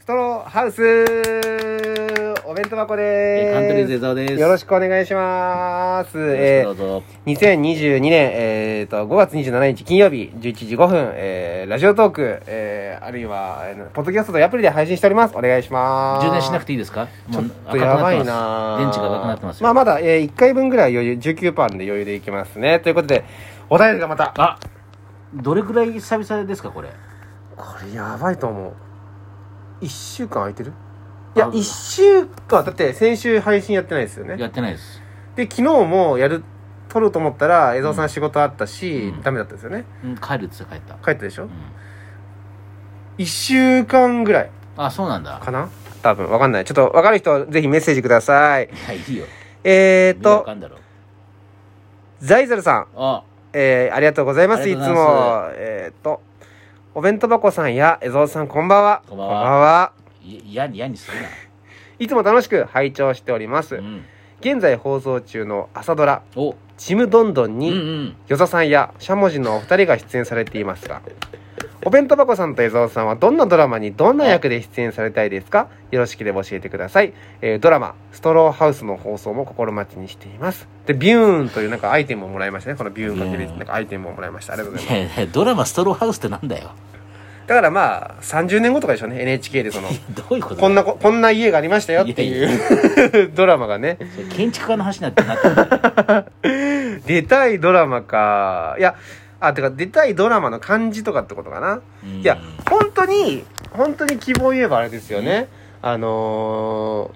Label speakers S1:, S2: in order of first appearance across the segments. S1: ストローハウスお弁当箱
S2: えーカントリ
S1: で
S2: ーゼ
S1: す。
S2: ゾです。
S1: よろしくお願いします。え
S2: よ
S1: ー
S2: ろしくどうぞ。
S1: 2022年、えー、と5月27日金曜日11時5分、えーラジオトーク、えーあるいは、えーポッドキャストというアプリで配信しておりますお願いします
S2: 充電しなく
S1: て
S2: ていいですか
S1: ち
S2: も
S1: ょ
S2: う
S1: っと
S2: 赤く
S1: や
S2: なっ
S1: ば
S2: て
S1: い
S2: ます
S1: な
S2: 電池が赤くなってますよ。
S1: まあまだ、え1回分ぐらい余裕19パーで余裕でいきますねということでお便りがまた
S2: あどれくらい久々ですか、これ。
S1: これやばいと思う1週間空いてるいや
S2: あ
S1: 1週間だって先週配信やってないですよね
S2: やってないです。
S1: で昨日もやる撮ると思ったら江蔵さん仕事あったし、
S2: うん
S1: ダメだったですよね
S2: うん帰るっつって帰った。
S1: 帰ったでしょ、
S2: うん
S1: 1週間ぐらい
S2: あ、そうなんだ。
S1: かな多分わかんないちょっとわかる人ぜひメッセージください
S2: はい、いいよ。
S1: えー、
S2: 見りゃわ
S1: と
S2: かんだろ。
S1: ザイザルさん、
S2: あ、
S1: えー、ありがとうございます
S2: あ
S1: い
S2: り
S1: つ
S2: がとうござ
S1: も
S2: いま
S1: えー、とお弁当箱さんや江蔵さんこんばんは
S2: こんばん
S1: こ
S2: は
S1: んばんはい
S2: 嫌に嫌にする
S1: いつも楽しく拝聴しております、
S2: な。うん。
S1: 現在放送中の朝ドラ
S2: お、
S1: 「ちむどんどん」
S2: うんう
S1: に
S2: ん。
S1: 与座さんやしゃもじのお二人が出演されていますがお弁当箱さんと江蔵さんはどんなドラマにどんな役で出演されたいですかよろしければ教えてください、えードラマ「ストローハウス」の放送も心待ちにしていますでビューンというなんかアイテムをもらいましたねこのビューンかける
S2: うん
S1: なんかアイテムをもらいましたありがとうござい
S2: い
S1: ます
S2: やいやドラマストローハウスってなんだよ。
S1: だからまあ30年後とかでしょうね NHK でその
S2: どういうことだよ
S1: こんなここんな家がありましたよっていう ドラマがね
S2: それ建築家の話になってなってるんだよ
S1: 出たいドラマかいやあてか出たいドラマの感じとかってことかな、
S2: うん
S1: いや本当に本当に希望を言えばあれですよね、あの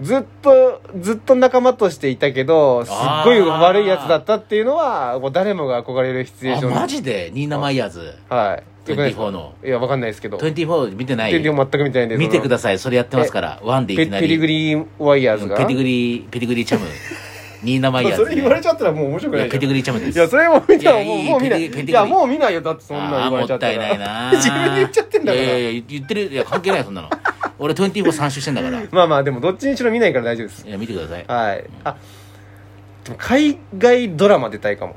S1: ーずっとずっと仲間としていたけどすっごい
S2: あー
S1: 悪いやつだったっていうのはもう誰もが憧れるシチュエー
S2: あ
S1: ション
S2: マジでニーナ・マイヤーズ
S1: はいよくないです
S2: 24の
S1: いやわかんないですけど
S2: 24見てない
S1: 全然全く見てないんで
S2: 見てくだ
S1: さ
S2: さいそれやってますからワンでい
S1: ペ
S2: きなり
S1: ペリグリーワイヤーズが
S2: ペティグリーペティグリーチャム ニーナ・マイヤー
S1: そ
S2: ズ
S1: れ言われちゃったらもう面白く
S2: い
S1: な
S2: や
S1: い
S2: ペティグリーチャム で
S1: い
S2: す
S1: や、それも見たら
S2: いや
S1: もう
S2: いい
S1: もう見ない。
S2: ペティペティグ
S1: い
S2: リ
S1: や、もう見ないよ。だってそんな
S2: あ
S1: 言
S2: ー
S1: わ
S2: も
S1: れちゃ
S2: っ
S1: った
S2: た
S1: ら。
S2: いないな
S1: 自分で言っちゃってんだから
S2: いやいやいや言ってるいや関係ないそ んなの俺24参集してんだからい
S1: まあまあ、でもどっちにしろ見ないから大丈夫です。
S2: や見てくださいあ
S1: はい。あ、でも海外ドラマ出たいかも。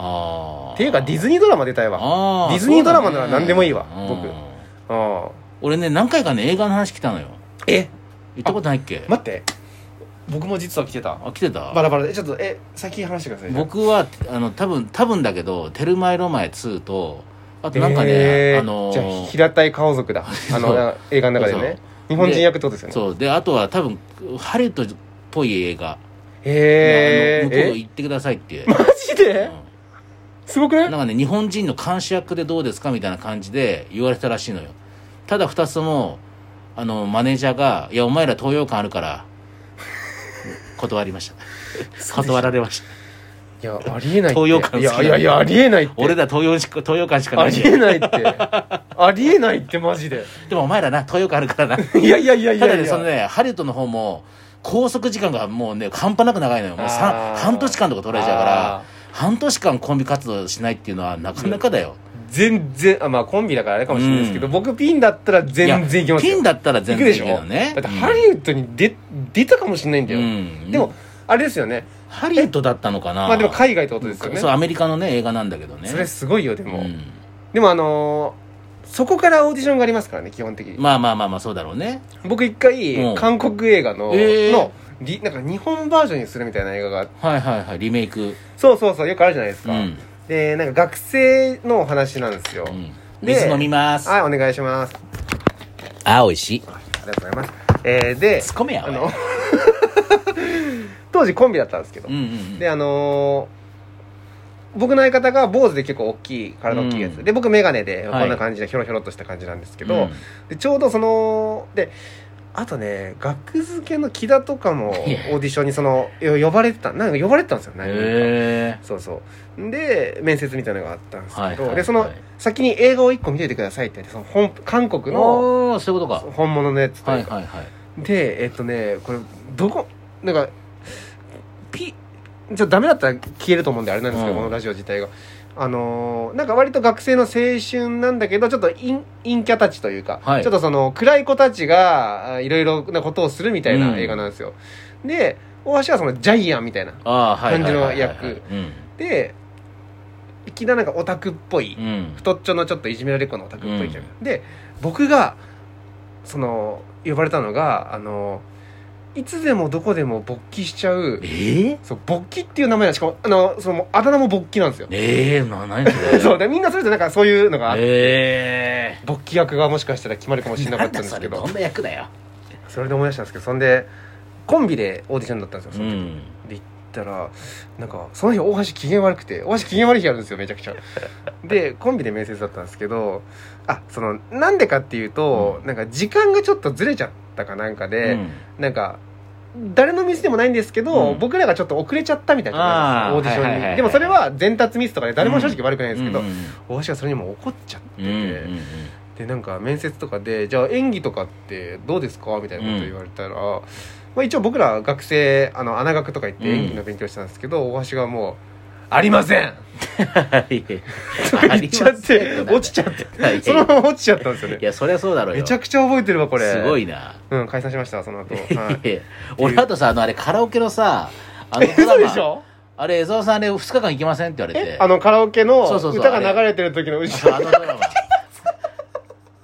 S2: あ
S1: っていうか、ディズニードラマ出たいわ。
S2: あー
S1: ディズニードラマなら
S2: そうだね
S1: 何でもいいわ
S2: うん
S1: 僕うん。
S2: 俺ね何回かね映画の話来たのよ
S1: え、
S2: 言ったことないっけ
S1: 待って。僕も実は来てた。
S2: あ来てた
S1: バラバラで。ちょっと、え、先話してください。
S2: 僕はあの多分多分だけど「テルマエロマエ2」とあとなんかね、
S1: えー
S2: あのー
S1: じゃあ、平たい顔族だ。あ
S2: そ
S1: の、映画の中でね。日本人役ってことですよね。
S2: そうであとは多分ハリウッドっぽい映画、
S1: へ
S2: あの向こう
S1: え。え
S2: 行ってくださいっていう、
S1: マジですごくな
S2: う
S1: い
S2: んなんかね日本人の監視役でどうですかみたいな感じで言われたらしいのよただ2つともあのマネージャーが「いやお前ら東洋館あるから」断り ました断られました
S1: いや、ありえないって。
S2: 東洋館好
S1: い
S2: きな
S1: や、
S2: の
S1: いや、いや、ありえないって。
S2: 俺ら東洋し東洋館しかな
S1: あ
S2: い
S1: り
S2: し
S1: えないって。ありえないって、マジで。
S2: でもお前らな東洋館あるからない
S1: やいやいやいや
S2: た
S1: いや。
S2: だね、そのね、ハリウッドの方も、拘束時間がもうね、半端なく長いのよ。もう
S1: あー
S2: さ半年間とか取られちゃうから
S1: あ、
S2: 半年間コンビ活動しないっていうのはなかなかだよ。
S1: 全然、あ、まあコンビだからあれかもしれないですけど、
S2: う
S1: 僕ピンだったら全然いきますよ。
S2: ピンだったら全
S1: 行くで
S2: 然いい
S1: しょ
S2: けどね。
S1: だってハリウッドに出、出たかもしれないんだよ。
S2: うん
S1: でも、あれですよね。
S2: ハリウッドだったのかな
S1: まあでも海外ってことですよね。
S2: そう、アメリカのね、映画なんだけどね。
S1: それすごいよ、でも。
S2: うん
S1: でもあのーそこからオーディションがありますからね、基本的に。
S2: まあまあまあまあ、そうだろうね。
S1: 僕一回、
S2: うん
S1: 韓国映画の、
S2: えー
S1: の、リなんか日本バージョンにするみたいな映画があって、
S2: はいはいはい、リメイク。
S1: そうそうそう、よくあるじゃないです
S2: う
S1: か。
S2: ん。
S1: でなんか学生のお話なんですよ、
S2: うん
S1: で
S2: 水飲みます。
S1: はいお願いします
S2: あ、美味しい。
S1: ありがとうございますえー、で
S2: ツッコめや。
S1: あ
S2: おい
S1: の 当時コンビだったんですけど、
S2: うんうんうん。
S1: であのー僕の相方が坊主で結構大きい体大きいやつ、
S2: うん
S1: で僕眼鏡で
S2: はい
S1: こんな感じでひょろひょろっとした感じなんですけど、
S2: うん
S1: でちょうどそのであとね学付けの木田とかもオ
S2: いや
S1: ーディションにそのよ呼ばれてたなんか呼ばれてたんですよ何人か
S2: へ
S1: そうそうで面接みたいなのがあったんですけど、
S2: はいはいはい
S1: でその先に映画を1個見ててくださいって言ってその本韓
S2: え。
S1: 国の
S2: おー、そういうことか。
S1: 本物のやつと
S2: はいいう
S1: か、
S2: はいはい。
S1: でえっとねこれどこなんかピじゃダメだったら消えると思うんであれなんですけど、
S2: うん
S1: このラジオ自体があのーなんか割と学生の青春なんだけどちょっと陰陰キャたちというか、
S2: はい
S1: ちょっとその暗い子たちがあいろいろなことをするみたいな映画なんですよ、で大橋はそのジャイアンみたいな
S2: ああはいはいはいはいはい
S1: 感じの役
S2: うん
S1: でいきなりなんかオタクっぽい、
S2: うん
S1: 太っちょのちょっといじめられっ子のオタクっぽいキャラ、で僕がその呼ばれたのがあのいつでもどこでも勃起しちゃう
S2: ええ
S1: そう勃起っていう名前だしかもあのそのあだ名も勃起なんですよ、
S2: ええな何それ
S1: そうでみんなそれぞれなんかそういうのがあって
S2: え
S1: 勃起役がもしかしたら決まる かもし
S2: え
S1: れなかったんです けど
S2: なんだそれどんな役だよ
S1: それで思い出したんですけどそんでコンビでオーディションだったんです
S2: う
S1: よ、その時
S2: ん
S1: で行ったらなんかその日大橋機嫌悪くて大橋機嫌悪い日あるんですよめちゃ くちゃでコンビで面接だったんですけどあそのなんでかっていうと、
S2: うん
S1: なんか時間がちょっとずれちゃったかなんかで、
S2: うん
S1: なんか誰のミスでもないんですけど、
S2: うん
S1: 僕らがちょっと遅れちゃったみたいな
S2: あー
S1: オーディションに、
S2: はいはいはいはい
S1: でもそれは伝達ミスとかで誰も正直悪くないんですけど、
S2: うんうん
S1: 大橋がそれにも怒っちゃってて、
S2: うんうんうん
S1: でなんか面接とかで「じゃあ演技とかってどうですか?」みたいなこと言われたら、まあ、一応僕ら学生あの穴学とか行って演技の勉強したんですけど、大橋がもう「ありません!」
S2: はい
S1: とか言っちゃって落ちちゃって
S2: はいはい
S1: そのまま落ちちゃったんですよ
S2: い
S1: ね
S2: やそりゃそうだろうよ
S1: めちゃくちゃ覚えてるわこれ
S2: すごいな
S1: うん解散しましたその後、はい、
S2: いや俺あとさあのあれカラオケのさあの
S1: え嘘でしょ
S2: あれ江沢さんあれ2日間行きませんって言われて
S1: あのカラオケの
S2: そうそうそう
S1: 歌が流れてる時の後
S2: そう
S1: ろ
S2: あのドラマ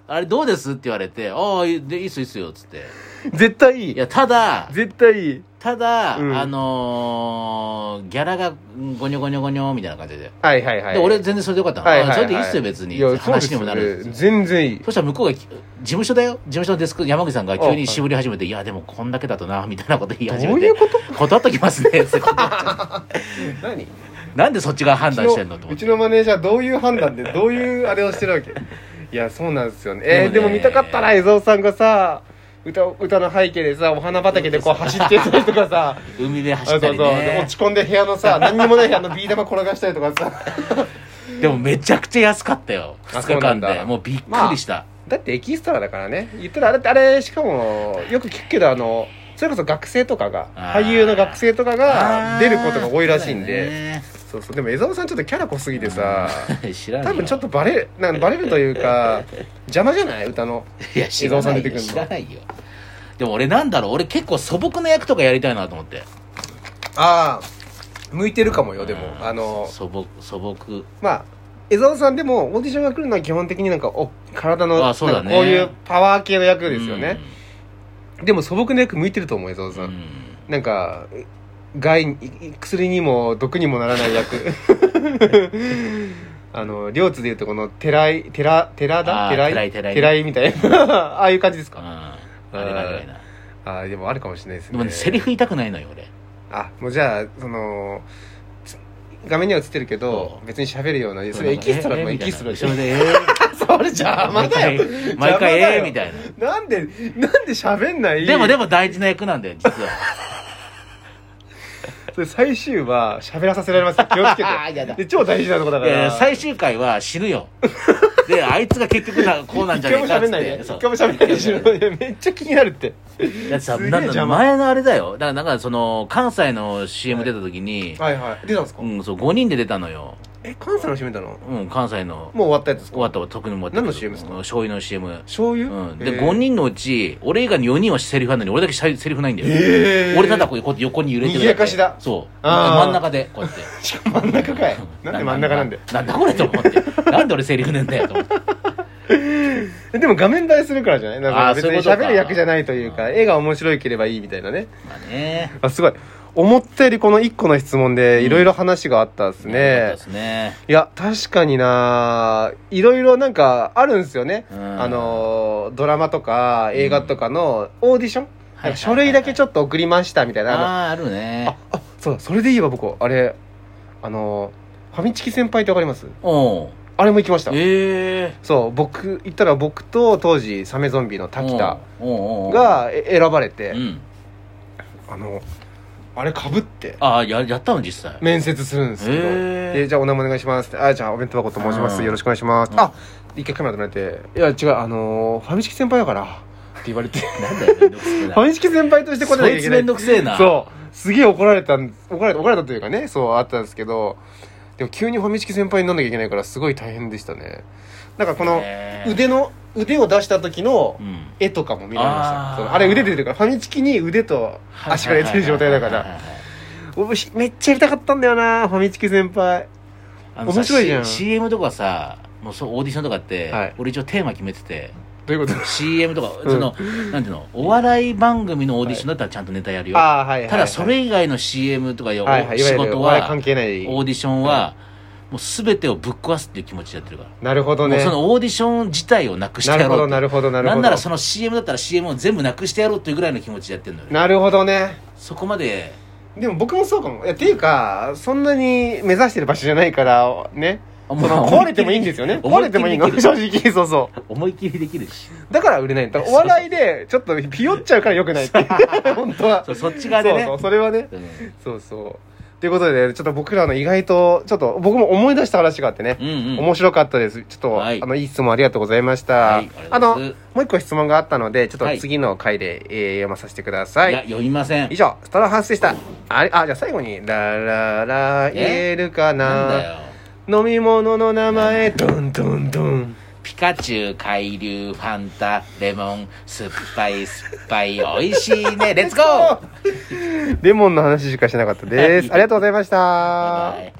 S2: あれどうですって言われて「ああいいでいいっすいいっすよ」っつって
S1: 絶対い
S2: い
S1: い
S2: やただ
S1: 絶対いい
S2: ただ、
S1: うん
S2: あのーギャラがゴニョゴニョゴニョみたいな感じで,、
S1: はいはいはい
S2: で俺全然それでよかったの、
S1: はいはいはい
S2: あそれでいいっすよ別
S1: いやそう
S2: に
S1: です
S2: 話にもなる
S1: ね全然いい
S2: そしたら向こうがき事務所だよ事務所のデスク山口さんが
S1: あ
S2: 急
S1: はい
S2: に絞り始めて「いやでもこんだけだとな」みたいなこと言い
S1: どう
S2: 始め
S1: い
S2: て
S1: うこと
S2: 断っときますね ってこと
S1: 何
S2: なんでそっちが判断してんのと思
S1: う
S2: っ
S1: ち
S2: て
S1: のマネージャーどういう判断でどういうあれをしてるわけ いやそうなんですよねえーで
S2: で
S1: も
S2: もね
S1: 見たかったな江蔵さんがさ歌歌の背景でさお花畑でこう走ってたりとか さ
S2: 海で
S1: あ
S2: 走
S1: そう
S2: った
S1: そう
S2: り
S1: で
S2: ね
S1: 落ち込んで部屋の さ何にもない部屋のビー玉転がしたりとかさ
S2: でもめちゃくちゃ安かったよ
S1: あ
S2: 2日間
S1: そうなんだ
S2: でもうびっくりした、
S1: だってエキストラだからね言ったらあれってあれしかもよく聞くけどあのそれこそ学生とかが
S2: あー
S1: 俳優の学生とかが出ることが多いらしいんで
S2: で
S1: そうそうでも江蔵さんちょっとキャラ濃すぎてさ
S2: 知らんよ
S1: 多分ちょっとバレる なんかバレるというか邪魔じゃない歌の
S2: いや知ら
S1: 伊沢さん
S2: な
S1: 出て
S2: い
S1: く
S2: よ
S1: んの
S2: 知らないよでも俺なんだろう俺結構素朴な役とかやりたいなと思って
S1: ああ向いてるかもよでも
S2: うん
S1: あの
S2: 素朴素朴
S1: まあ江澤さんでもオーディションが来るのは基本的になんかお体の
S2: あそうだ
S1: な
S2: ね
S1: んかこういうパワー系の役ですよね、でも素朴な役向いてると思う江澤
S2: う
S1: さ
S2: ん
S1: ん、
S2: うん
S1: なんか害に薬にも毒にもならない 役あの両津でいうとこの寺井寺寺
S2: あ
S1: 田
S2: ー
S1: 寺井
S2: 寺井
S1: 寺井みたいな ああいう感じです
S2: う
S1: か、
S2: んあれが偉いな
S1: ああでもあるかもしれないですね
S2: でもねセリフ言いたくないのよ俺
S1: あもうじゃあそのつ画面には映ってるけど
S2: そう
S1: 別に喋るようなそれエキストラもエキストラでし
S2: そ
S1: ょ
S2: れでえ
S1: それじゃあ
S2: ー
S1: ま
S2: 毎
S1: だ
S2: 回
S1: よ
S2: 毎回ええみ
S1: い
S2: たいな
S1: なんでなんで喋んない
S2: でもで
S1: も
S2: も大事な役なんだよ実は
S1: 最終は喋らさせられますよ気をつけ
S2: あーやだ
S1: てで超大事なとこだか
S2: え
S1: ら
S2: ー最終回は死ぬよであいつが結局な こうなん
S1: 一
S2: じゃな
S1: 回も喋
S2: いかっつっ
S1: んないで
S2: て
S1: 一
S2: そう
S1: 回も喋んないでしろいやめっちゃ気になるって
S2: だってさ
S1: すげえ
S2: なん
S1: 邪
S2: だ
S1: 魔
S2: 前のあれだよだからなんかその関西の CM 出た時に、
S1: はいはい出たんですか
S2: うん、そう5人で出たのよ、
S1: え関西の CM だのも
S2: うん、関西の
S1: う終わったやつですか
S2: 終わったわ特にも
S1: 何の CM ですか
S2: 醤油の CM、
S1: 醤
S2: う
S1: 油
S2: ん、
S1: え
S2: で
S1: ー
S2: 5人のうち俺以外に4人はセリフあるのに俺だけセリフないんだよ、
S1: えー
S2: 俺ただこうこうやって横に揺れてるだけ
S1: 賑やかしだ
S2: そう
S1: あー
S2: 真ん中でこうやって
S1: しかも 真ん中かいなんで真ん中なんで
S2: なんだこれと思ってなんで俺セリフねえんだよと思って
S1: え でも画面映えするからじゃないなんか
S2: あー
S1: 別
S2: そうい
S1: に
S2: うことか
S1: 喋る役じゃないというか、
S2: うん
S1: 絵が面白いければいいみたいなね。
S2: まあね
S1: あ、すごい。思ったよりこの一個の質問でいろいろ話があったです
S2: よか
S1: ね
S2: ったで。すね
S1: いや、確かにないろいろなんかあるんですよね。
S2: うん
S1: あのー、ドラマとか映画とかのオーディション、
S2: はいはいはいはい
S1: 書類だけちょっと送りましたみたいな。あの
S2: ああーあるね
S1: あ、そうだ、それでいいわ、僕。あれ、あのー、ファミチキ先輩ってわかります
S2: おう
S1: あれも行きました。
S2: ええ
S1: そう、僕、行ったら僕と当時、サメゾンビの滝田。
S2: おうおうおう
S1: がえ選ばれて、
S2: うん
S1: あのあれかぶって
S2: ああややったの実際
S1: 面接するんですけど、
S2: へー
S1: でじゃあお名前お願いしますって「あじゃあお弁当箱と申します
S2: うん
S1: よろしくお願いします」
S2: うん
S1: あ一回カメラ止めて「いや違うあのーファミチキ先輩だから」って言われて
S2: なんだよめんどくせえ
S1: フ
S2: な
S1: ァミチキ先輩として答えなきゃいけ
S2: そいつ
S1: な
S2: め
S1: い
S2: んどくせえな
S1: そうすげえ怒られたん怒られた怒られたというかねそうあったんですけどでも急にファミチキ先輩になんなきゃいけないからすごい大変でしたねなんかこの
S2: ねえ
S1: 腕の腕を出した時の
S2: うん
S1: 絵とかも見られました
S2: あー
S1: そのあれ腕出てるからファミチキに腕と足が出てる状態だか
S2: はいはい
S1: ら
S2: はいはい
S1: 僕しめっちゃやりたかったんだよなファミチキ先輩
S2: あのさ
S1: 面白いじゃん
S2: C- CM とかさもうそうオーディションとかって、
S1: はい
S2: 俺一応テーマ決めてて
S1: どういうこと
S2: CM とか、
S1: うん
S2: そのなんていうのお笑い番組のオーディションだったらちゃんとネタやるよ、
S1: ああ、はいはいはい。
S2: ただそれ以外の CM とかよ、
S1: はいはい、いわ
S2: 仕
S1: ゆる
S2: 事
S1: お笑い
S2: は
S1: 関係ない。
S2: オーディションは、もう全てをぶっ壊すっていう気持ちでやってるから、
S1: なるほど
S2: もう
S1: ね。
S2: そのオーディション自体をなくして
S1: なる
S2: や
S1: ほ
S2: ろ
S1: ど、
S2: う
S1: なるほど、なる
S2: な
S1: ほど。
S2: んならその CM だったら CM を全部なくしてやろうというぐらいの気持ちでやってるのよね
S1: なるほどね。
S2: そこまで
S1: でも僕もそうかも。いや、っていうか、そんなに目指してる場所じゃないから、ね。
S2: あ
S1: そ
S2: もう
S1: の壊れてもいいんですよね。
S2: 思
S1: 壊
S2: い
S1: れ
S2: っき
S1: て
S2: り
S1: もいいの。
S2: できる
S1: 正直、そうそ
S2: 思い切りできるし
S1: う。だから売れない。だからお笑いで、ちょっとピヨっちゃうから良くないって。 本当は。
S2: そうそっち側でね
S1: そうそう、それはね。
S2: うん
S1: そうそう。ということで、ちょっと僕らの意外と、ちょっと僕も思い出した話があってね。
S2: うんうん
S1: 面白かったです。ちょっと、
S2: はい
S1: あの、いい質問ありがとうございました。
S2: はいあ
S1: あ
S2: りがとう
S1: の、
S2: ござい
S1: も
S2: ます
S1: う一個質問があったので、ちょっ
S2: は
S1: と
S2: い
S1: 次の回で、えー読まさせてくださ
S2: い
S1: い。
S2: や読みません
S1: 以上、ストローハウスでした。あれ、あ、じゃあ最後に、ラララ、言えるか
S2: な
S1: な
S2: んだよ
S1: 飲み物の名前、ドンドンドン。
S2: ピカチュウ海流ファンタレモン酸っぱい酸っぱい美味しいねレッツゴー
S1: レモンの話しかしなかったです。ありがとうございました。
S2: バイバイ